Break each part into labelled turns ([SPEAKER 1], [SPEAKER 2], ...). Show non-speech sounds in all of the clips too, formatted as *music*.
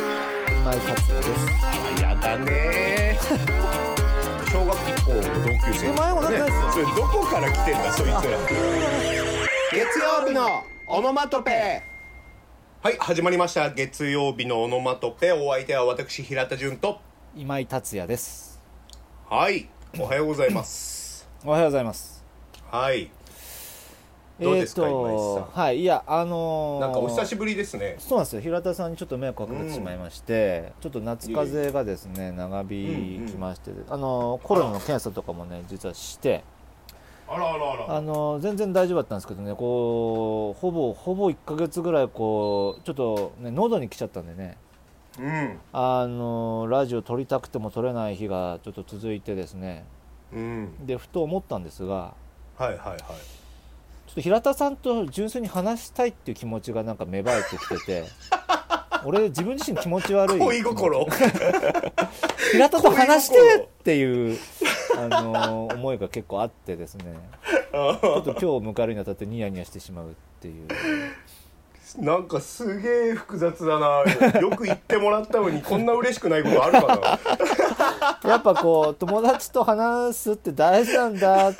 [SPEAKER 1] 今井達也です
[SPEAKER 2] あやだねー *laughs* 小学校の同級生
[SPEAKER 1] お前もなんか
[SPEAKER 2] ねそれどこから来てんだそいつら
[SPEAKER 1] 月曜日のオノマトペ
[SPEAKER 2] はい始まりました月曜日のオノマトペお相手は私平田純と
[SPEAKER 1] 今井達也です
[SPEAKER 2] はいおはようございます
[SPEAKER 1] おはようございます
[SPEAKER 2] はいどうですか
[SPEAKER 1] えーと
[SPEAKER 2] 今井さ
[SPEAKER 1] はいいやあのー、
[SPEAKER 2] なんかお久しぶりですね
[SPEAKER 1] そうなんですよ平田さんにちょっと迷惑をかけてしまいまして、ちょっと夏風邪がですね長引きまして、あのコロナの検査とかもね実はして
[SPEAKER 2] あらあらあら
[SPEAKER 1] あの全然大丈夫だったんですけどねこうほぼほぼ1ヶ月ぐらいこうちょっと、ね、喉に来ちゃったんでね
[SPEAKER 2] うん
[SPEAKER 1] あのラジオ撮りたくても撮れない日がちょっと続いてですね
[SPEAKER 2] うん
[SPEAKER 1] でふと思ったんですが
[SPEAKER 2] はいはいはい
[SPEAKER 1] ちょっと平田さんと純粋に話したいっていう気持ちがなんか芽生えてきて
[SPEAKER 2] *laughs*
[SPEAKER 1] て俺自分自身気持ち悪い
[SPEAKER 2] 恋心
[SPEAKER 1] 平田と話してっていう、あ
[SPEAKER 2] *laughs*
[SPEAKER 1] のー思いが結構あってですねちょっと今日を迎えるにあたってニヤニヤしてしまうっていう
[SPEAKER 2] *laughs* なんかすげえ複雑だなよく言ってもらったのにこんな嬉しくないことあるかな
[SPEAKER 1] やっぱこう友達と話すって大事なんだって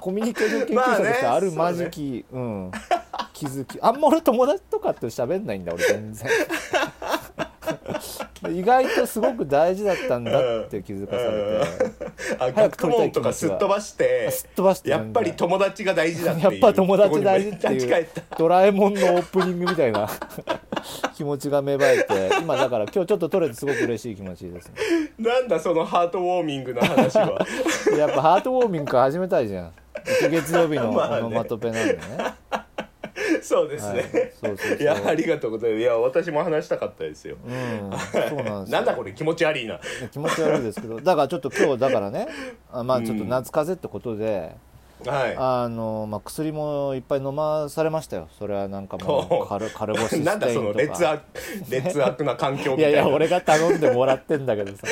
[SPEAKER 1] コミュニケーション研究者として
[SPEAKER 2] まあね
[SPEAKER 1] あるまじき、うん、気づきあんま俺友達とかと喋んないんだ俺全 *laughs* 然意外とすごく大事だったんだって気づかされて
[SPEAKER 2] あ
[SPEAKER 1] 早
[SPEAKER 2] 学
[SPEAKER 1] く撮
[SPEAKER 2] ク
[SPEAKER 1] りた
[SPEAKER 2] モ
[SPEAKER 1] い
[SPEAKER 2] ン
[SPEAKER 1] 気
[SPEAKER 2] と
[SPEAKER 1] 持
[SPEAKER 2] か
[SPEAKER 1] ち
[SPEAKER 2] す
[SPEAKER 1] は
[SPEAKER 2] っ飛ばして
[SPEAKER 1] すっ飛ばして
[SPEAKER 2] やっぱり友達が大事だって
[SPEAKER 1] やっ
[SPEAKER 2] いう
[SPEAKER 1] ぱ友達大事って
[SPEAKER 2] 立ち
[SPEAKER 1] い
[SPEAKER 2] 返
[SPEAKER 1] う *laughs*
[SPEAKER 2] った
[SPEAKER 1] 「ドラえもん」のオープニングみたいな *laughs* 気持ちが芽生えて今だから今日ちょっと撮れてすごく嬉しい気持ちですね
[SPEAKER 2] なんだそのハートウォーミングな話
[SPEAKER 1] *laughs*
[SPEAKER 2] は
[SPEAKER 1] やっぱハートウォーミングから始めたいじゃん月曜日のオ
[SPEAKER 2] *laughs* まあね
[SPEAKER 1] ノマトペなんでね,、
[SPEAKER 2] そうです
[SPEAKER 1] はい
[SPEAKER 2] ね、
[SPEAKER 1] そうそうそう
[SPEAKER 2] いやありがとうございますいや私も話したかったですよ、
[SPEAKER 1] うんそうなんですよ
[SPEAKER 2] なんだこれ気持ち悪いな
[SPEAKER 1] 気持ち悪いですけどだからちょっと今日だからねあまあちょっと夏風邪ってことで、
[SPEAKER 2] は
[SPEAKER 1] あのまあ、薬もいっぱい飲まされましたよそれはなんかも
[SPEAKER 2] ほ
[SPEAKER 1] う
[SPEAKER 2] う
[SPEAKER 1] 軽軽干しス
[SPEAKER 2] い
[SPEAKER 1] テイン
[SPEAKER 2] なんだその
[SPEAKER 1] と
[SPEAKER 2] 劣
[SPEAKER 1] か
[SPEAKER 2] 悪劣悪な環境み
[SPEAKER 1] い
[SPEAKER 2] た
[SPEAKER 1] や
[SPEAKER 2] い
[SPEAKER 1] い
[SPEAKER 2] な
[SPEAKER 1] や俺が頼んでもらってんだけどさ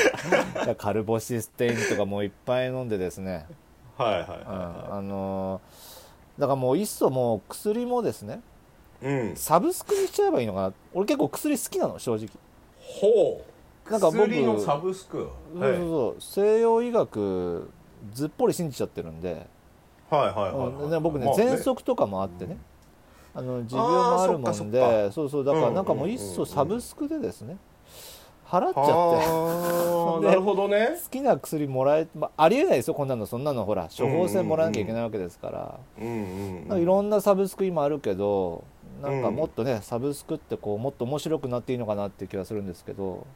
[SPEAKER 1] いや軽干しステインとかもういっぱい飲んでですね、
[SPEAKER 2] はいは
[SPEAKER 1] うん、あのだからもういっそもう薬もですね
[SPEAKER 2] いはいうん
[SPEAKER 1] サブスクにしちゃえばいいのかな俺結構薬好きなの正直
[SPEAKER 2] ほう
[SPEAKER 1] なんか僕
[SPEAKER 2] 薬のサブスク、
[SPEAKER 1] そう
[SPEAKER 2] はい、
[SPEAKER 1] そうそう西洋医学ずっぽり信じちゃってるんで、
[SPEAKER 2] はいはいはいはい、
[SPEAKER 1] うんね僕ね
[SPEAKER 2] まあ
[SPEAKER 1] 喘息とかもあってねあの持病もあるも
[SPEAKER 2] あーそ
[SPEAKER 1] ん
[SPEAKER 2] っかそ
[SPEAKER 1] でそうそうだからなんかもういっ
[SPEAKER 2] うんうんうんう
[SPEAKER 1] そ
[SPEAKER 2] ん
[SPEAKER 1] サブスクでですね払っちゃって
[SPEAKER 2] はあ
[SPEAKER 1] *laughs* で
[SPEAKER 2] なるほどね
[SPEAKER 1] 好きな薬もらえ、まあ、ありえないですよこんなのそんなのほら処方箋もらわなきゃいけないわけですから、
[SPEAKER 2] うんうん
[SPEAKER 1] なんかいろんなサブスク今あるけどなんかもっとね、サブスクってこうもっと面白くなっていいのかなっていう気がするんですけど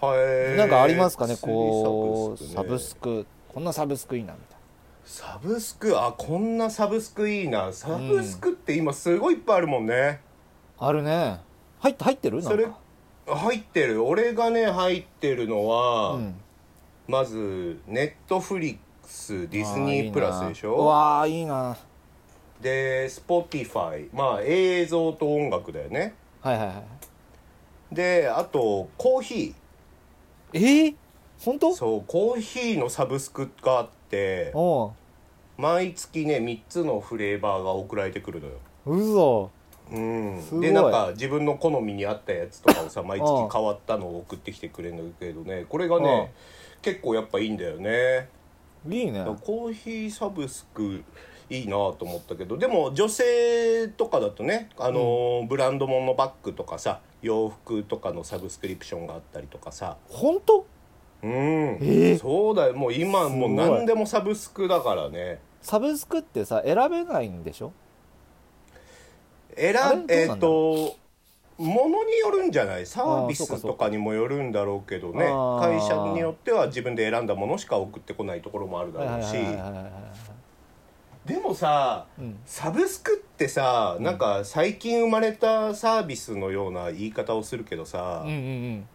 [SPEAKER 2] はい
[SPEAKER 1] なんかありますかね、こう、サブスク、こんなサブスクいいなみたい
[SPEAKER 2] サブスクあこんなサブスクいいなサブスクって今すごいいっぱいあるもんね、
[SPEAKER 1] な。あるね。入って、入ってる。なん
[SPEAKER 2] それ
[SPEAKER 1] か。
[SPEAKER 2] 入ってる俺がね入ってるのは、
[SPEAKER 1] うん。
[SPEAKER 2] まずネットフリックスディズニープラスでし
[SPEAKER 1] う
[SPEAKER 2] ょ
[SPEAKER 1] わあ、いいな。
[SPEAKER 2] で Spotify まあ映像と音楽だよね
[SPEAKER 1] はいはいはい。
[SPEAKER 2] であとコーヒ
[SPEAKER 1] えー、本当
[SPEAKER 2] ー。そうコーヒーのサブスクがあって
[SPEAKER 1] お
[SPEAKER 2] 毎月ね3つのフレーバーが送られてくるのよ
[SPEAKER 1] う。うそ。す
[SPEAKER 2] うん、
[SPEAKER 1] ごい
[SPEAKER 2] でなんか自分の好みに合ったやつとかをさ毎
[SPEAKER 1] ああ
[SPEAKER 2] 月変わったのを送ってきてくれるんだけどねこれがね結構やっぱいいんだよね
[SPEAKER 1] いいね
[SPEAKER 2] だ。からコーヒーサブスクいいなと思ったけどでも女性とかだとねあのー、ブランド物のバッグとかさ洋服とかのサブスクリプションがあったりとかさ
[SPEAKER 1] 本当。
[SPEAKER 2] うん、
[SPEAKER 1] ええ
[SPEAKER 2] そうだよもう今もう
[SPEAKER 1] すごい
[SPEAKER 2] 何でもサブスクだからね
[SPEAKER 1] サブスクってさ、選べないんでしょ
[SPEAKER 2] 選
[SPEAKER 1] あれ
[SPEAKER 2] んえっ、
[SPEAKER 1] どうなんだ
[SPEAKER 2] とものによるんじゃないサー
[SPEAKER 1] あー
[SPEAKER 2] ビ
[SPEAKER 1] そうか
[SPEAKER 2] ス
[SPEAKER 1] そう
[SPEAKER 2] と
[SPEAKER 1] か
[SPEAKER 2] かにもよるんだろうけどね
[SPEAKER 1] あー
[SPEAKER 2] 会社によっては自分で選んだものしか送ってこないところもあるだ
[SPEAKER 1] はいはい
[SPEAKER 2] ろ
[SPEAKER 1] うは
[SPEAKER 2] し
[SPEAKER 1] いはいはいはい。
[SPEAKER 2] でもさ
[SPEAKER 1] うん。
[SPEAKER 2] サブスクってさなんか最近生まれたサービスのような言い方をするけどさ、
[SPEAKER 1] うんうん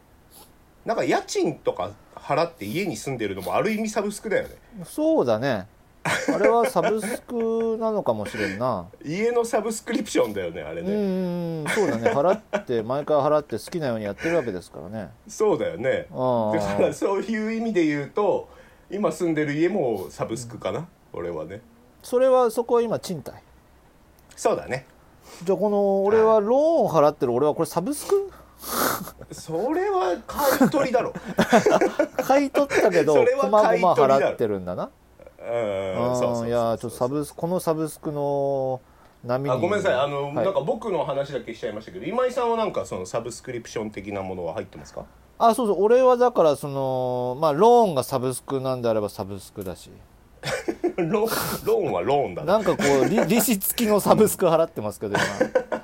[SPEAKER 2] なんか家賃とか払って家に住んでるのもある意味サブスクだよね
[SPEAKER 1] うん。そうだね。あれはサブスクなのかもしれん
[SPEAKER 2] *laughs*
[SPEAKER 1] な。
[SPEAKER 2] 家のサブスクリプションだよねあれ
[SPEAKER 1] う
[SPEAKER 2] ね、
[SPEAKER 1] ん、そうだね。払って、毎回払って、好きなようにやってるわけですからね。
[SPEAKER 2] そうだよね
[SPEAKER 1] あ
[SPEAKER 2] だ
[SPEAKER 1] あ
[SPEAKER 2] からそういう意味で言うと今住んでる家もサブスクかな、俺はね
[SPEAKER 1] それはそこは今賃貸
[SPEAKER 2] そうだね *laughs*
[SPEAKER 1] じゃあこの俺はローン払ってる俺はこれサブスク
[SPEAKER 2] それは買い取り
[SPEAKER 1] *laughs*
[SPEAKER 2] だろ
[SPEAKER 1] 買い取ったけど
[SPEAKER 2] それは
[SPEAKER 1] こま
[SPEAKER 2] 買い
[SPEAKER 1] ごま
[SPEAKER 2] 取りだろ
[SPEAKER 1] 払ってるんだな
[SPEAKER 2] う
[SPEAKER 1] うん
[SPEAKER 2] そうそうそうそ
[SPEAKER 1] ん
[SPEAKER 2] う
[SPEAKER 1] いやちょっとサブスこのサブスクの波に
[SPEAKER 2] あごめんなさいあの、
[SPEAKER 1] はい
[SPEAKER 2] なんか僕の話だけしちゃいましたけど今井さんはなんかそのサブスクリプション的なものは入っ
[SPEAKER 1] *laughs*
[SPEAKER 2] てますか
[SPEAKER 1] あそうそう俺はだからそのまあローンがサブスクなんであればサブスクだし
[SPEAKER 2] ロローンはローンだ
[SPEAKER 1] な
[SPEAKER 2] な
[SPEAKER 1] んかこう
[SPEAKER 2] *laughs*
[SPEAKER 1] 利利子付きのサブスク払ってますけど今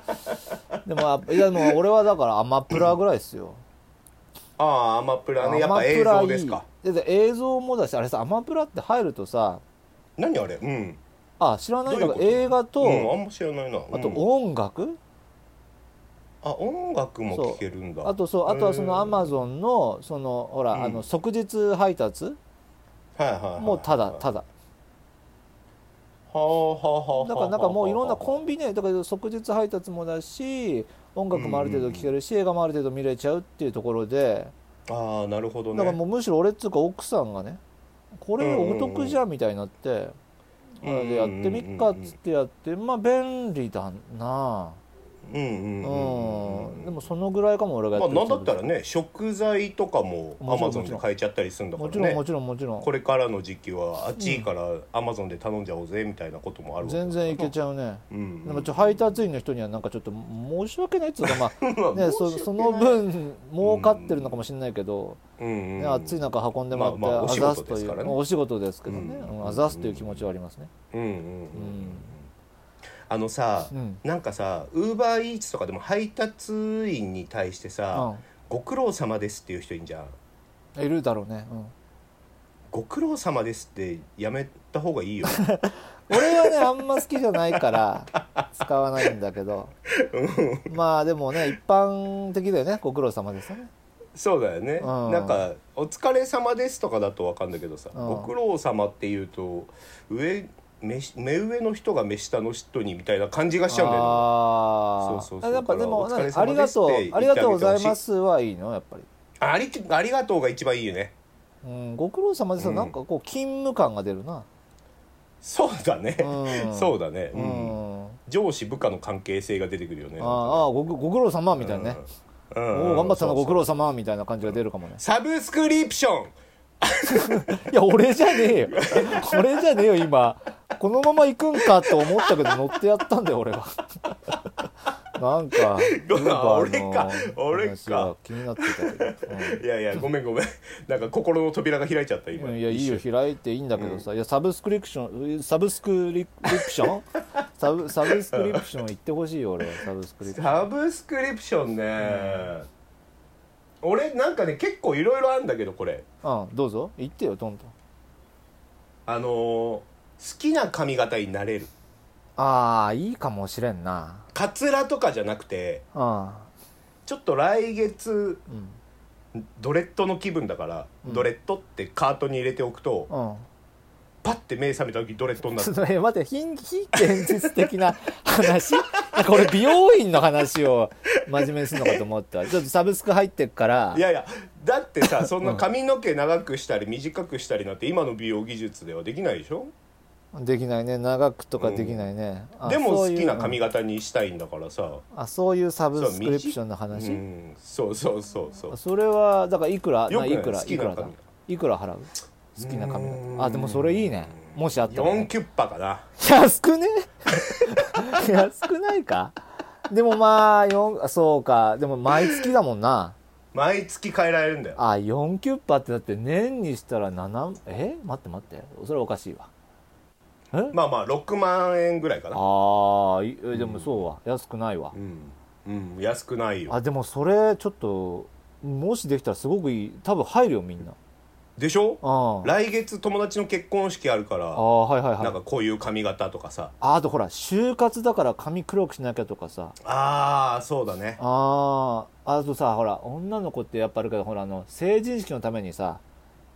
[SPEAKER 1] でもあいやでも俺はだからアマプラぐらいですよ
[SPEAKER 2] ああアマプラねや
[SPEAKER 1] ア
[SPEAKER 2] っ
[SPEAKER 1] マ
[SPEAKER 2] ぱ
[SPEAKER 1] プ
[SPEAKER 2] 映
[SPEAKER 1] ラい
[SPEAKER 2] 像
[SPEAKER 1] い
[SPEAKER 2] ですか
[SPEAKER 1] だって映像もだしあれさアマプラって入るとさ
[SPEAKER 2] 何あれうん
[SPEAKER 1] あ知らないんだ
[SPEAKER 2] どういうこと
[SPEAKER 1] 映画と、
[SPEAKER 2] うん、あんま知らないな
[SPEAKER 1] あと
[SPEAKER 2] うん
[SPEAKER 1] 音楽、
[SPEAKER 2] あ音楽も聴けるんだ
[SPEAKER 1] あとそうあとはそのアマゾンのそのほら、
[SPEAKER 2] うん
[SPEAKER 1] あの即日配達
[SPEAKER 2] はいはいはいはい
[SPEAKER 1] もただた
[SPEAKER 2] は
[SPEAKER 1] だ
[SPEAKER 2] あはあはあ
[SPEAKER 1] だからなんかもういろんなコ
[SPEAKER 2] ン
[SPEAKER 1] ンビネだから即日配達もだし音楽もある程度聴けるし、映画もある程度見れちゃうっていうところで
[SPEAKER 2] ああなるほど
[SPEAKER 1] だ
[SPEAKER 2] ね
[SPEAKER 1] からもうむしろ俺っつうか奥さんがねこれお得じゃ
[SPEAKER 2] うん
[SPEAKER 1] みたいになって、
[SPEAKER 2] うんうん
[SPEAKER 1] あれでやってみっかっつってやってまあ便利だな
[SPEAKER 2] うんうん
[SPEAKER 1] う
[SPEAKER 2] うんうん
[SPEAKER 1] んでもそのぐらいかも俺がや
[SPEAKER 2] ま
[SPEAKER 1] っ
[SPEAKER 2] あ
[SPEAKER 1] てる
[SPEAKER 2] なんだったらね食材とかもア
[SPEAKER 1] もちろ
[SPEAKER 2] マ
[SPEAKER 1] ん
[SPEAKER 2] ゾンで買えちゃったりするんだか
[SPEAKER 1] も
[SPEAKER 2] ら
[SPEAKER 1] ちろん
[SPEAKER 2] ね
[SPEAKER 1] もちろんもちろん
[SPEAKER 2] これからの時期はあっちいいからアマゾンで頼んじゃおうぜみたいなこともあるわけだ
[SPEAKER 1] 全然いけちゃうね
[SPEAKER 2] うん
[SPEAKER 1] でもちょ配達員の人にはなんかちょっと申し訳ないっつうかま
[SPEAKER 2] *laughs* まあ
[SPEAKER 1] あねそ
[SPEAKER 2] 申し
[SPEAKER 1] そ
[SPEAKER 2] 訳
[SPEAKER 1] の
[SPEAKER 2] ない
[SPEAKER 1] 分儲かってるのかもしれないけど、
[SPEAKER 2] うんうん
[SPEAKER 1] ね、暑い中運んでもらって、
[SPEAKER 2] まあまあお仕
[SPEAKER 1] ざすと
[SPEAKER 2] 事で
[SPEAKER 1] い
[SPEAKER 2] す
[SPEAKER 1] う
[SPEAKER 2] からね
[SPEAKER 1] まあお仕事ですけどね、
[SPEAKER 2] う
[SPEAKER 1] うんんあざすという気持ちはありますね、
[SPEAKER 2] うんうん
[SPEAKER 1] うん
[SPEAKER 2] あのさ
[SPEAKER 1] うん
[SPEAKER 2] なんかさウーバーイーツとかでも配達員に対してさ「ご苦労様です」っていう人いんじゃん
[SPEAKER 1] うんいるだろうね、うん
[SPEAKER 2] ご苦労様ですってやめた方がいいよ
[SPEAKER 1] 俺はねあんま好きじゃないから使わないんだけどまあでもね一般的だよねご苦労様ですよね
[SPEAKER 2] そうだよね
[SPEAKER 1] うん
[SPEAKER 2] なんか「お疲れ様です」とかだと分かんだけどさ「
[SPEAKER 1] うん
[SPEAKER 2] ご苦労様っていうと上目し目上の人が目下の人にみたいな感じがしちゃうんだよね
[SPEAKER 1] ああ
[SPEAKER 2] そうそうそう
[SPEAKER 1] やっぱでも
[SPEAKER 2] だからお疲れ様です
[SPEAKER 1] ありがとう
[SPEAKER 2] って言ってあげてほしい
[SPEAKER 1] ありがとうございますはいいのやっぱり、
[SPEAKER 2] ありありがとうが一番いいよね
[SPEAKER 1] うん、ご苦労様ですよ、
[SPEAKER 2] うん
[SPEAKER 1] なんかこう勤務感が出るな、
[SPEAKER 2] そうだね、
[SPEAKER 1] うん、
[SPEAKER 2] *laughs* そう
[SPEAKER 1] だ
[SPEAKER 2] だね、
[SPEAKER 1] う
[SPEAKER 2] うん
[SPEAKER 1] ん、
[SPEAKER 2] 上司部下の関係性が出てくるよね
[SPEAKER 1] あーあーごくご苦労様みたいなね、
[SPEAKER 2] うん
[SPEAKER 1] お
[SPEAKER 2] うん
[SPEAKER 1] お頑張った
[SPEAKER 2] そ
[SPEAKER 1] の
[SPEAKER 2] うそう
[SPEAKER 1] ご苦労様みたいな感じが出るかもね
[SPEAKER 2] サブスクリプション
[SPEAKER 1] いや俺じゃねえよ *laughs* 俺じゃねえよ今このまま行くんかと思ったけど乗ってやったんだよ俺が *laughs* なんか
[SPEAKER 2] ごめん
[SPEAKER 1] Uber の
[SPEAKER 2] 俺か俺か
[SPEAKER 1] 話は気になってたけど、
[SPEAKER 2] いやいやごめんごめんなんか心の扉が開いちゃった
[SPEAKER 1] う
[SPEAKER 2] 今
[SPEAKER 1] んいやいいよ
[SPEAKER 2] 一瞬
[SPEAKER 1] 開いていいんだけどさ、いやサブスクリプションサブスクリプションサブサブスクリプション行ってほしいよ俺サブスクリプション
[SPEAKER 2] サブスクリプションね、俺なんかね結構いろいろあるんだけどこれ
[SPEAKER 1] うんどうぞ行ってよどんどん
[SPEAKER 2] あのー好きな髪型になれる
[SPEAKER 1] ああいいかもしれんな
[SPEAKER 2] カツラとかじゃなくて
[SPEAKER 1] あ
[SPEAKER 2] ちょっと来月
[SPEAKER 1] あうん
[SPEAKER 2] ドレッドの気分だから、
[SPEAKER 1] うん
[SPEAKER 2] ドレッドってカートに入れておくと、
[SPEAKER 1] うん
[SPEAKER 2] パッて目覚めた時ドレッドにな
[SPEAKER 1] *laughs* ちょ *laughs*
[SPEAKER 2] る
[SPEAKER 1] っとね待って非非現実的
[SPEAKER 2] *laughs*
[SPEAKER 1] な話なんか俺美容院の話を真面目にするのかと思
[SPEAKER 2] *laughs*
[SPEAKER 1] ったちょっとサブスク入ってっから
[SPEAKER 2] いやいやだってさそんな髪の毛長くしたり短くしたりなんて今の美容技術ではできないでしょ
[SPEAKER 1] できないね長くとかできないね、あ
[SPEAKER 2] でも
[SPEAKER 1] そ
[SPEAKER 2] 好
[SPEAKER 1] ういう
[SPEAKER 2] きな髪
[SPEAKER 1] うん
[SPEAKER 2] 型にしたいんだからさ
[SPEAKER 1] あそういうサブスクリプションの話
[SPEAKER 2] う
[SPEAKER 1] そ,、
[SPEAKER 2] んそうそうそうそう
[SPEAKER 1] れはだからいくら
[SPEAKER 2] よくない
[SPEAKER 1] いくら
[SPEAKER 2] 好き
[SPEAKER 1] い
[SPEAKER 2] な
[SPEAKER 1] くらだ
[SPEAKER 2] 髪型
[SPEAKER 1] いくら払う好きな髪
[SPEAKER 2] うーん
[SPEAKER 1] 型あでもそれいいねもしあったら、
[SPEAKER 2] 4
[SPEAKER 1] ね、
[SPEAKER 2] キュッパかな
[SPEAKER 1] 安くね *laughs* 安くないかでもまあよんそうかでも毎月だもんな
[SPEAKER 2] 毎月変えられるんだよ
[SPEAKER 1] あ4キュッパってだって年にしたら7え待って待ってそれはおかしいわ
[SPEAKER 2] まあまあ6万円ぐらいかな
[SPEAKER 1] ああいえでもそうわ、安くないわ
[SPEAKER 2] うん、うん、安くないよ
[SPEAKER 1] あでもそれちょっともしできたらすごくいい多分入るよみんな
[SPEAKER 2] でしょ
[SPEAKER 1] ああ
[SPEAKER 2] 来月友達の結婚式あるか
[SPEAKER 1] あ
[SPEAKER 2] ら
[SPEAKER 1] ーはいはい
[SPEAKER 2] なん
[SPEAKER 1] は
[SPEAKER 2] か
[SPEAKER 1] い
[SPEAKER 2] こういう髪型とかさ
[SPEAKER 1] ああとほら就活だから髪黒くしなきゃとかさ
[SPEAKER 2] ああそうだね
[SPEAKER 1] あああとさほら女の子ってやっぱあるけどほらあの成人式のためにさ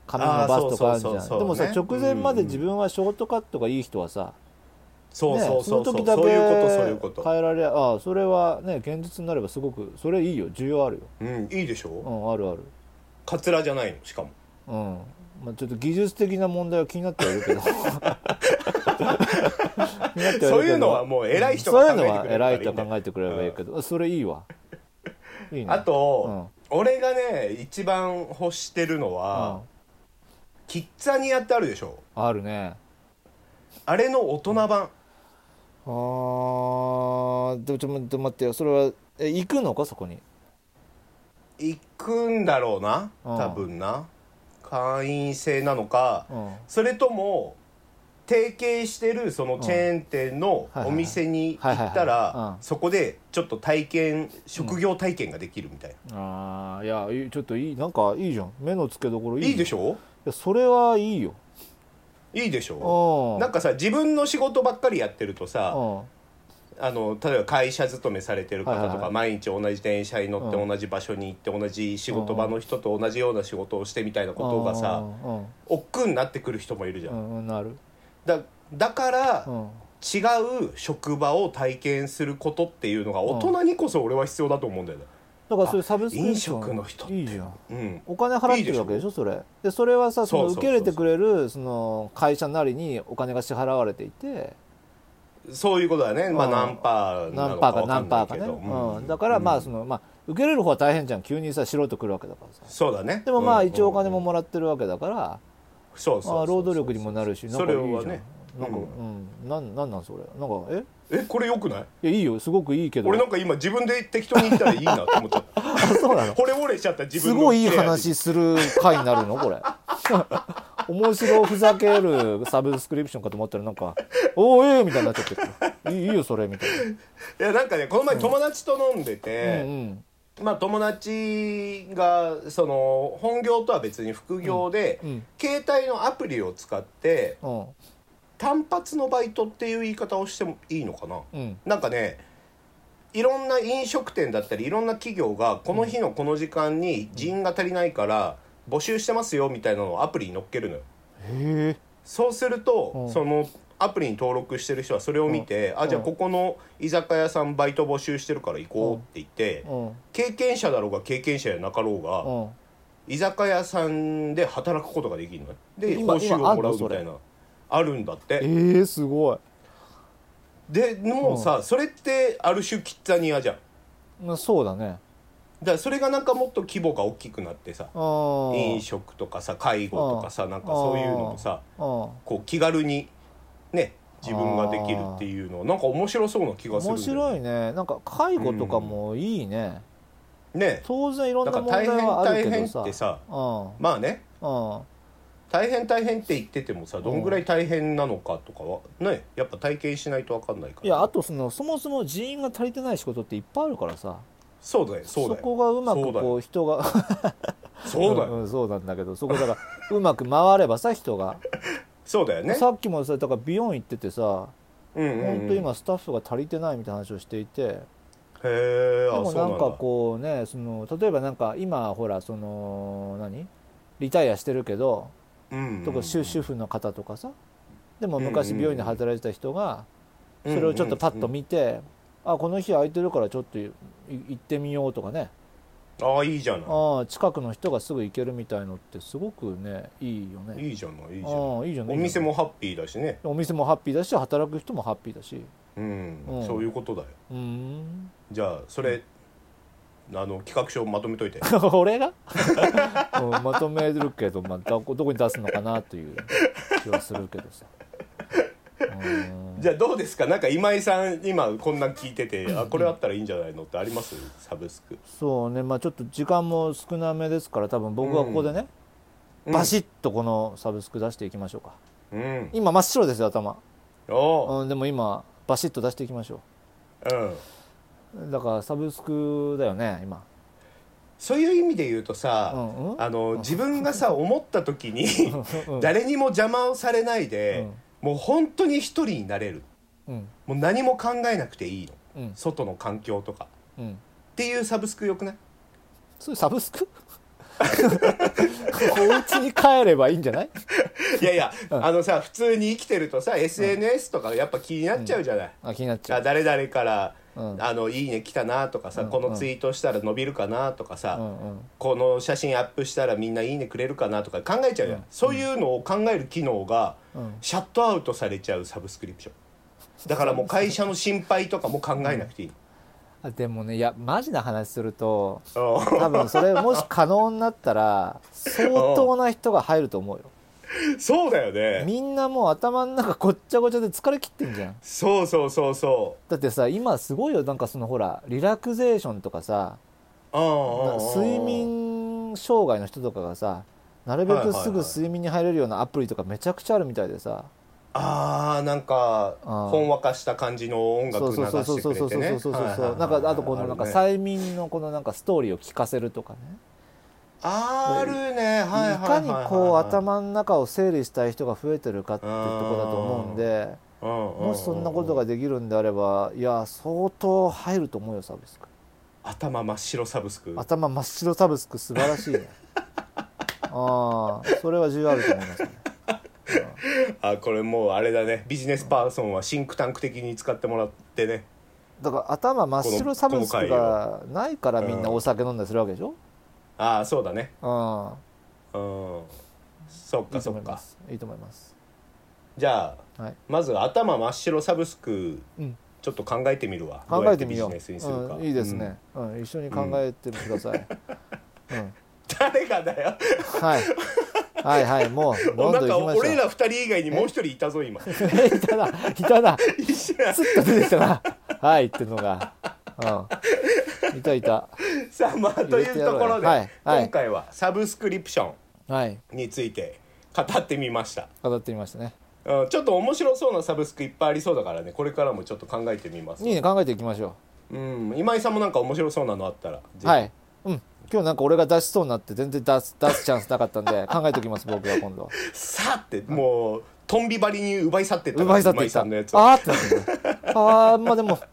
[SPEAKER 1] 髪伸ばすとかあるじ
[SPEAKER 2] あ
[SPEAKER 1] ゃ
[SPEAKER 2] ーそうんそう
[SPEAKER 1] で
[SPEAKER 2] そう
[SPEAKER 1] も
[SPEAKER 2] そう
[SPEAKER 1] さ
[SPEAKER 2] ね
[SPEAKER 1] 直前ま
[SPEAKER 2] うんう
[SPEAKER 1] で
[SPEAKER 2] ん
[SPEAKER 1] 自分はショートカットがいい人はさ
[SPEAKER 2] そう
[SPEAKER 1] ね
[SPEAKER 2] そうそう
[SPEAKER 1] そ
[SPEAKER 2] そう、
[SPEAKER 1] の時だけ
[SPEAKER 2] そういうことそういうこと
[SPEAKER 1] 変えられああそれはね現実になればすごくそれいいよ需要あるよ
[SPEAKER 2] うんいいでしょ、
[SPEAKER 1] うんあるある
[SPEAKER 2] カツラじゃないのしかも
[SPEAKER 1] うん、まあ、ちょっと技術的な問題は気になってはいる
[SPEAKER 2] *laughs*
[SPEAKER 1] けど気になってはいるけど
[SPEAKER 2] そういうのはもう偉い人
[SPEAKER 1] そうい
[SPEAKER 2] が
[SPEAKER 1] う
[SPEAKER 2] 考
[SPEAKER 1] の
[SPEAKER 2] えて
[SPEAKER 1] は
[SPEAKER 2] くれるから
[SPEAKER 1] 偉
[SPEAKER 2] いい
[SPEAKER 1] い
[SPEAKER 2] ね
[SPEAKER 1] 人が考えてくれればいいけど、それいいわいいね
[SPEAKER 2] あと、俺がね一番欲してるの
[SPEAKER 1] う
[SPEAKER 2] は
[SPEAKER 1] ん、
[SPEAKER 2] キッザニアってあるでしょ
[SPEAKER 1] あるね
[SPEAKER 2] あれの大人版
[SPEAKER 1] あーでもちょっと待ってよそれはえ行くのかそこに
[SPEAKER 2] 行くんだろうな
[SPEAKER 1] うん
[SPEAKER 2] 多分な会員制なのか
[SPEAKER 1] うんは
[SPEAKER 2] それとも提携してるそのチェーン店の
[SPEAKER 1] うんはいはいはい
[SPEAKER 2] お店に行っ
[SPEAKER 1] は
[SPEAKER 2] た
[SPEAKER 1] いはいはい
[SPEAKER 2] ら
[SPEAKER 1] うん
[SPEAKER 2] そこでちょっと体験職業体験ができるみたい
[SPEAKER 1] ああいやいいちょっといいなんかいいじゃん目の付けどころいい
[SPEAKER 2] な
[SPEAKER 1] ね
[SPEAKER 2] いいでしょ
[SPEAKER 1] いやそれはいいよ
[SPEAKER 2] いいでしょ
[SPEAKER 1] うん
[SPEAKER 2] なんかさ自分の仕事ばっかりやってるとさ
[SPEAKER 1] うん
[SPEAKER 2] あの例えば会社勤めされてる方
[SPEAKER 1] はい
[SPEAKER 2] と
[SPEAKER 1] はいは
[SPEAKER 2] か
[SPEAKER 1] い
[SPEAKER 2] 毎日同じ電車に乗って
[SPEAKER 1] うん
[SPEAKER 2] 同じ場所に行って同じ仕事場の人と同じような仕事をしてみたいなことがさ
[SPEAKER 1] うん
[SPEAKER 2] 億劫になってくる人もいるじゃ
[SPEAKER 1] うんんうんなる
[SPEAKER 2] だだから
[SPEAKER 1] うん
[SPEAKER 2] 違う職場を体験することっていうのが大人にこそ俺は必要だと思うんだよね
[SPEAKER 1] だからそれサブスクリプション
[SPEAKER 2] 飲食の人って
[SPEAKER 1] いいじゃん
[SPEAKER 2] うん
[SPEAKER 1] お金払ってるわけでしょそれでそれはさその
[SPEAKER 2] そう
[SPEAKER 1] 受
[SPEAKER 2] そうそうそう
[SPEAKER 1] け入れてくれるその会社なりにお金が支払われていて
[SPEAKER 2] そういうことだねまあ
[SPEAKER 1] うん
[SPEAKER 2] 何パーな
[SPEAKER 1] 何
[SPEAKER 2] の
[SPEAKER 1] パ
[SPEAKER 2] か
[SPEAKER 1] ーか
[SPEAKER 2] 分か
[SPEAKER 1] 何
[SPEAKER 2] ん
[SPEAKER 1] パ
[SPEAKER 2] な
[SPEAKER 1] ー
[SPEAKER 2] い
[SPEAKER 1] か
[SPEAKER 2] け
[SPEAKER 1] ね、
[SPEAKER 2] ど
[SPEAKER 1] う、
[SPEAKER 2] うんん
[SPEAKER 1] だからまあその、まあ、受け入れる方は大変じゃん急にさ素人来るわけだからさ
[SPEAKER 2] そうだね
[SPEAKER 1] でもまあ一応お金
[SPEAKER 2] うん
[SPEAKER 1] ももらってるわけだから、
[SPEAKER 2] そうそうそう
[SPEAKER 1] まあ、労働力にもなるしなん
[SPEAKER 2] そ
[SPEAKER 1] かいい
[SPEAKER 2] れ
[SPEAKER 1] じゃん
[SPEAKER 2] はね
[SPEAKER 1] なんか、
[SPEAKER 2] う
[SPEAKER 1] うんなんなんなんそれなんかえ
[SPEAKER 2] えこれよくない
[SPEAKER 1] いやいいよすごくいいけど
[SPEAKER 2] 俺なんか今自分で適当に言ったらいいなと思
[SPEAKER 1] *laughs*
[SPEAKER 2] っちゃった
[SPEAKER 1] あ *laughs* そうなの
[SPEAKER 2] 惚れ惚れしちゃった自分
[SPEAKER 1] す
[SPEAKER 2] の
[SPEAKER 1] ごいいい
[SPEAKER 2] 切れ味
[SPEAKER 1] 話する回になるの
[SPEAKER 2] *laughs*
[SPEAKER 1] これ面白ふざけるサブスクリプションかと思ったらなんか *laughs* 「おおええみたいになっちゃってるいいいいよそれ」みたい
[SPEAKER 2] いやなんかねこの前友達と飲んで
[SPEAKER 1] な、う
[SPEAKER 2] て、
[SPEAKER 1] ん
[SPEAKER 2] まあ友達がその本業とは別に副業で、
[SPEAKER 1] うんうん
[SPEAKER 2] 携帯のアプリを使って
[SPEAKER 1] うんうん
[SPEAKER 2] 単発のバイトっていう言い方をしてもいいのかな、
[SPEAKER 1] うん
[SPEAKER 2] なんかねいろんな飲食店だったりいろんな企業がこの日のこの時間に人員が足りないから募集してますよみたいなのをアプリに載っけるのよ
[SPEAKER 1] へえ
[SPEAKER 2] そうする
[SPEAKER 1] う
[SPEAKER 2] と
[SPEAKER 1] ん
[SPEAKER 2] そのアプリに登録してる人はそれを見てあじゃあ
[SPEAKER 1] うん
[SPEAKER 2] ここの居酒屋さんバイト募集してるから行こうって言って
[SPEAKER 1] うん
[SPEAKER 2] 経験者だろうが経験者やなかろう
[SPEAKER 1] う
[SPEAKER 2] が
[SPEAKER 1] ん
[SPEAKER 2] 居酒屋さんで働くことができるのねで報
[SPEAKER 1] 今
[SPEAKER 2] 酬
[SPEAKER 1] 今あ
[SPEAKER 2] を
[SPEAKER 1] ん
[SPEAKER 2] も
[SPEAKER 1] の
[SPEAKER 2] らうみたいなあるんだって
[SPEAKER 1] えー、すごい、
[SPEAKER 2] でもうさ、それってある種キッザニアじゃんだ
[SPEAKER 1] まあ、そうだね
[SPEAKER 2] からそれがなんかもっと規模が大きくなってさ
[SPEAKER 1] ああ
[SPEAKER 2] 飲食とかさ介護とかさなんかそういうのもさ
[SPEAKER 1] あ
[SPEAKER 2] こう気軽にね自分ができるっていうのはなんか面白そうな気がす
[SPEAKER 1] 面
[SPEAKER 2] るんだよ
[SPEAKER 1] 白いねなんか介護とかもいいね、
[SPEAKER 2] ね
[SPEAKER 1] 当然いろん
[SPEAKER 2] だ
[SPEAKER 1] な
[SPEAKER 2] から
[SPEAKER 1] 問題
[SPEAKER 2] 大変
[SPEAKER 1] はある
[SPEAKER 2] 大
[SPEAKER 1] け
[SPEAKER 2] 変
[SPEAKER 1] ど
[SPEAKER 2] っ
[SPEAKER 1] さ
[SPEAKER 2] てさ
[SPEAKER 1] うん
[SPEAKER 2] まあね
[SPEAKER 1] うん
[SPEAKER 2] 大変大変って言っててもさどんぐらい大変なのかとかはねやっぱ体験しないと分かんないから
[SPEAKER 1] いやあとそのそもそも人員が足りてない仕事っていっぱいあるからさ
[SPEAKER 2] そうだよそうだよ
[SPEAKER 1] こがうまく
[SPEAKER 2] そうだ
[SPEAKER 1] こう人が
[SPEAKER 2] そうだよ、
[SPEAKER 1] んん *laughs* そうなんだけどそこだからうまく回ればさ人が、
[SPEAKER 2] そうだよね
[SPEAKER 1] さっきもさだから美容院行っててさ、ほん
[SPEAKER 2] うんうんうん
[SPEAKER 1] 本当今スタッフが足りてないみたいな話をしていて
[SPEAKER 2] へえ
[SPEAKER 1] で
[SPEAKER 2] あ
[SPEAKER 1] も
[SPEAKER 2] そうな
[SPEAKER 1] なんん
[SPEAKER 2] だ
[SPEAKER 1] かこうねその例えばなんか今ほらその何リタイアしてるけど
[SPEAKER 2] うんうん
[SPEAKER 1] とか主主婦の方とかさでも昔
[SPEAKER 2] うんうんうん
[SPEAKER 1] 病院で働いてた人がそ
[SPEAKER 2] うん
[SPEAKER 1] れをちょっとパッと見て、あこの日空いてるからちょっとい行ってみようとかね、
[SPEAKER 2] ああいいじゃな
[SPEAKER 1] ああ近くの人がすぐ行けるみたいのってすごくねいいよね
[SPEAKER 2] いいいじゃないいいじゃない
[SPEAKER 1] ああいいじゃんいいじゃん
[SPEAKER 2] お店もハッピーだしね
[SPEAKER 1] お店もハッピーだし働く人もハッピーだし
[SPEAKER 2] うん、
[SPEAKER 1] うん
[SPEAKER 2] そういうことだよ
[SPEAKER 1] うーん *laughs*
[SPEAKER 2] じゃあそれ、あの企画書をまとめといて
[SPEAKER 1] 俺が、 *laughs* うんまとめるけど、まあ、どこどこに出すのかなという気はするけどさうーん
[SPEAKER 2] じゃあどうですかなんか今井さん今こんなん聞いててあこれあったらいいんじゃないのってありますサブスク
[SPEAKER 1] そうねまあちょっと時間も少なめですから多分僕はここでね、バシッとこのサブスク出していきましょうか
[SPEAKER 2] うん
[SPEAKER 1] 今真っ白ですよ頭、
[SPEAKER 2] おう
[SPEAKER 1] うん、でも今バシッと出していきましょ
[SPEAKER 2] うん
[SPEAKER 1] うだからサブスクだよね今
[SPEAKER 2] そういう意味で言うとさ、
[SPEAKER 1] うんうん
[SPEAKER 2] あの自分がさ思った時に誰にも邪魔をされないで、もう本当に一人になれる
[SPEAKER 1] うん
[SPEAKER 2] もう何も考えなくていいの
[SPEAKER 1] うん
[SPEAKER 2] 外の環境とか
[SPEAKER 1] うん
[SPEAKER 2] っていうサブスクよくない
[SPEAKER 1] それサブスク *laughs* お家に帰ればいいんじゃない
[SPEAKER 2] *laughs* いやいや、あのさ普通に生きてるとさ SNS とかやっぱ気になっちゃうじゃない、
[SPEAKER 1] あ気になっちゃ
[SPEAKER 2] あ
[SPEAKER 1] う
[SPEAKER 2] 誰々から、
[SPEAKER 1] うん
[SPEAKER 2] あの「いいね」来たなとかさ、このツイートしたら伸びるかなとかさ、
[SPEAKER 1] うんうん
[SPEAKER 2] この写真アップしたらみんな「いいね」くれるかなとか考えちゃうじゃん、そういうのを考える機能が、
[SPEAKER 1] うん
[SPEAKER 2] シャットアウトされちゃうサブスクリプションだからもう会社の心配とかも考えなくていい、
[SPEAKER 1] あでもねいやマジな話する
[SPEAKER 2] *laughs*
[SPEAKER 1] と
[SPEAKER 2] う
[SPEAKER 1] 多分それもし可能になったら相当な人が入ると思うよ
[SPEAKER 2] んそうだよね
[SPEAKER 1] みんなもう頭の中ごっちゃごちゃで疲れ切ってんじゃん
[SPEAKER 2] そうそうそうそ
[SPEAKER 1] だってさ今すごいよなんかそのほらリラクゼーションとかさ
[SPEAKER 2] ううんうんうん
[SPEAKER 1] 睡眠障害の人とかがさなるべ
[SPEAKER 2] はい
[SPEAKER 1] く
[SPEAKER 2] はいはい
[SPEAKER 1] すぐ睡眠に入れるようなアプリとかめちゃくちゃあるみたいでさ
[SPEAKER 2] あーなんか
[SPEAKER 1] うん
[SPEAKER 2] ほんわかした感じの音楽
[SPEAKER 1] そう
[SPEAKER 2] 流
[SPEAKER 1] そうそう
[SPEAKER 2] し
[SPEAKER 1] そう
[SPEAKER 2] て
[SPEAKER 1] そう
[SPEAKER 2] く
[SPEAKER 1] そ
[SPEAKER 2] れ
[SPEAKER 1] うそうそ
[SPEAKER 2] てね
[SPEAKER 1] う
[SPEAKER 2] はいはいはいはい
[SPEAKER 1] なんかあとこのなんか
[SPEAKER 2] あるね
[SPEAKER 1] 催眠のこのなんかストーリーを聞かせるとかね
[SPEAKER 2] あるねはいはいいは
[SPEAKER 1] か
[SPEAKER 2] い
[SPEAKER 1] に
[SPEAKER 2] はいはい
[SPEAKER 1] こう頭の中を整理したい人が増えてるかっていうとこだと思うんでも
[SPEAKER 2] も
[SPEAKER 1] しそんなことができるんであればいや相当入ると思うよサブスク
[SPEAKER 2] 頭真っ白サブスク
[SPEAKER 1] 頭真っ白サブスク素晴らしい
[SPEAKER 2] *laughs*
[SPEAKER 1] ねああそれは重要あると思いますね
[SPEAKER 2] あこれもうあれだねビジネスパーソンはシンクタンク的に使ってもらってね
[SPEAKER 1] だから頭真っ白サブスクがないからみんなお酒飲んだりするわけでしょ
[SPEAKER 2] ああそうだね
[SPEAKER 1] うん
[SPEAKER 2] うんそっ
[SPEAKER 1] い
[SPEAKER 2] か
[SPEAKER 1] いと
[SPEAKER 2] そ
[SPEAKER 1] 思
[SPEAKER 2] っ
[SPEAKER 1] いま
[SPEAKER 2] か
[SPEAKER 1] すいいと思います
[SPEAKER 2] じゃあ
[SPEAKER 1] はい
[SPEAKER 2] まず頭真っ白サブスク
[SPEAKER 1] うん
[SPEAKER 2] ちょっと考えてみるわ
[SPEAKER 1] 考えてみよ
[SPEAKER 2] ど
[SPEAKER 1] う
[SPEAKER 2] やってビジネスにするか
[SPEAKER 1] うんいいですねうん一緒に考えてくださいうん
[SPEAKER 2] うん誰がだよ
[SPEAKER 1] はいはいはいもうどん
[SPEAKER 2] な
[SPEAKER 1] どん
[SPEAKER 2] んか
[SPEAKER 1] 行きましょう
[SPEAKER 2] 俺ら二人以外にもう一人いたぞ
[SPEAKER 1] *laughs*
[SPEAKER 2] 今
[SPEAKER 1] いたな、いたな、ス
[SPEAKER 2] 一緒や
[SPEAKER 1] ッと出てきたな。はいってのが。うん。いたいた。
[SPEAKER 2] *laughs* さあまあというところで、
[SPEAKER 1] はいはい
[SPEAKER 2] 今回はサブスクリプショ
[SPEAKER 1] はい。
[SPEAKER 2] ンについて語ってみました、
[SPEAKER 1] 語ってみましたね。
[SPEAKER 2] うん、ちょっと面白そうなサブスクいっぱいありそうだからねこれからもちょっと考えてみます
[SPEAKER 1] いいね、考えていきましょ
[SPEAKER 2] うん、今井さんもなんか面白そうなのあったら
[SPEAKER 1] う。はいい。うん。今日なんか俺が出しそうになって全然出す、出すチャンスなかったんで、考えておきます、僕が今度。
[SPEAKER 2] さってもうとんびばりに奪い去ってったか
[SPEAKER 1] 奪
[SPEAKER 2] ら
[SPEAKER 1] い去って
[SPEAKER 2] 今
[SPEAKER 1] い
[SPEAKER 2] 井
[SPEAKER 1] った。
[SPEAKER 2] さ
[SPEAKER 1] あ
[SPEAKER 2] んのやつ
[SPEAKER 1] ーってなってるあー、まあでも、なんか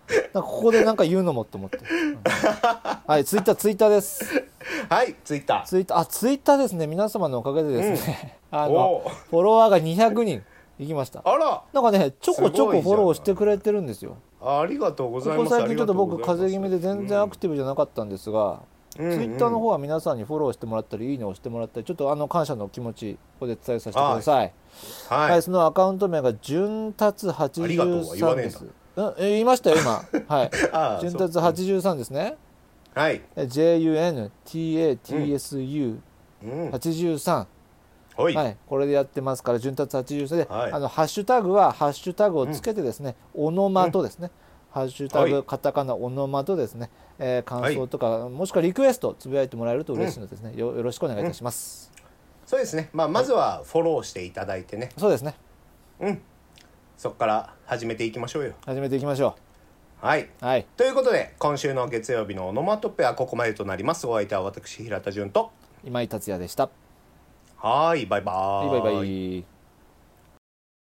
[SPEAKER 1] ここでなんか言うのもと思って。うんはい、ツイッター、ツイッターです。
[SPEAKER 2] はいツイッター
[SPEAKER 1] ツイッター、あ、ツイッターですね。皆様のおかげでですね、 *laughs* あ
[SPEAKER 2] お
[SPEAKER 1] の
[SPEAKER 2] う、
[SPEAKER 1] フォロワーが200人いきました。
[SPEAKER 2] あら
[SPEAKER 1] なんかねちょこちょ
[SPEAKER 2] すごいじゃ
[SPEAKER 1] こ
[SPEAKER 2] ん
[SPEAKER 1] フォローしてくれてるんですよ
[SPEAKER 2] ありがとうござ
[SPEAKER 1] こ
[SPEAKER 2] いま
[SPEAKER 1] こ
[SPEAKER 2] す
[SPEAKER 1] 最近ちょっと僕風邪気味で全然アク
[SPEAKER 2] テ
[SPEAKER 1] ティブじゃなかったんですが、
[SPEAKER 2] ィブ
[SPEAKER 1] ツイッターの方は皆さんにフォローしてもらったりいいねを押してもらったりちょっとあの感謝の気持ちここで伝えさせてくださいはい、
[SPEAKER 2] はい
[SPEAKER 1] そのアカウント名が純達
[SPEAKER 2] ありがとうは
[SPEAKER 1] 83
[SPEAKER 2] 言わねえ
[SPEAKER 1] で
[SPEAKER 2] んだ
[SPEAKER 1] すうんえ言いましたよ
[SPEAKER 2] *laughs*
[SPEAKER 1] 今はい
[SPEAKER 2] あー
[SPEAKER 1] 純
[SPEAKER 2] そう
[SPEAKER 1] 達83ですね
[SPEAKER 2] はい
[SPEAKER 1] え JUNTATSU83、
[SPEAKER 2] うんほい
[SPEAKER 1] はい、これでやってますから、順達83で、
[SPEAKER 2] はい
[SPEAKER 1] あのハッシュタグはハッシュタグをつけてですね、オノマトですね、ハッシュタグ、
[SPEAKER 2] はい
[SPEAKER 1] カタカナオノマトですね、えー
[SPEAKER 2] は
[SPEAKER 1] 感
[SPEAKER 2] い
[SPEAKER 1] 想とか、もしくはリクエストつぶやいてもらえると嬉しいのでですね、よよろしくお願いいたします。
[SPEAKER 2] そうですねまあまずはフォローしていただいてね
[SPEAKER 1] そうですね、
[SPEAKER 2] そこから始めていきましょうよ
[SPEAKER 1] 始めていきましょ。
[SPEAKER 2] はいう
[SPEAKER 1] はい、
[SPEAKER 2] ということで今週の月曜日のオノマトペはここまでとなりますお相手は私平田純と
[SPEAKER 1] 今井達也でした。
[SPEAKER 2] はーいバイバ
[SPEAKER 1] バイ
[SPEAKER 2] ー
[SPEAKER 1] バイバイ。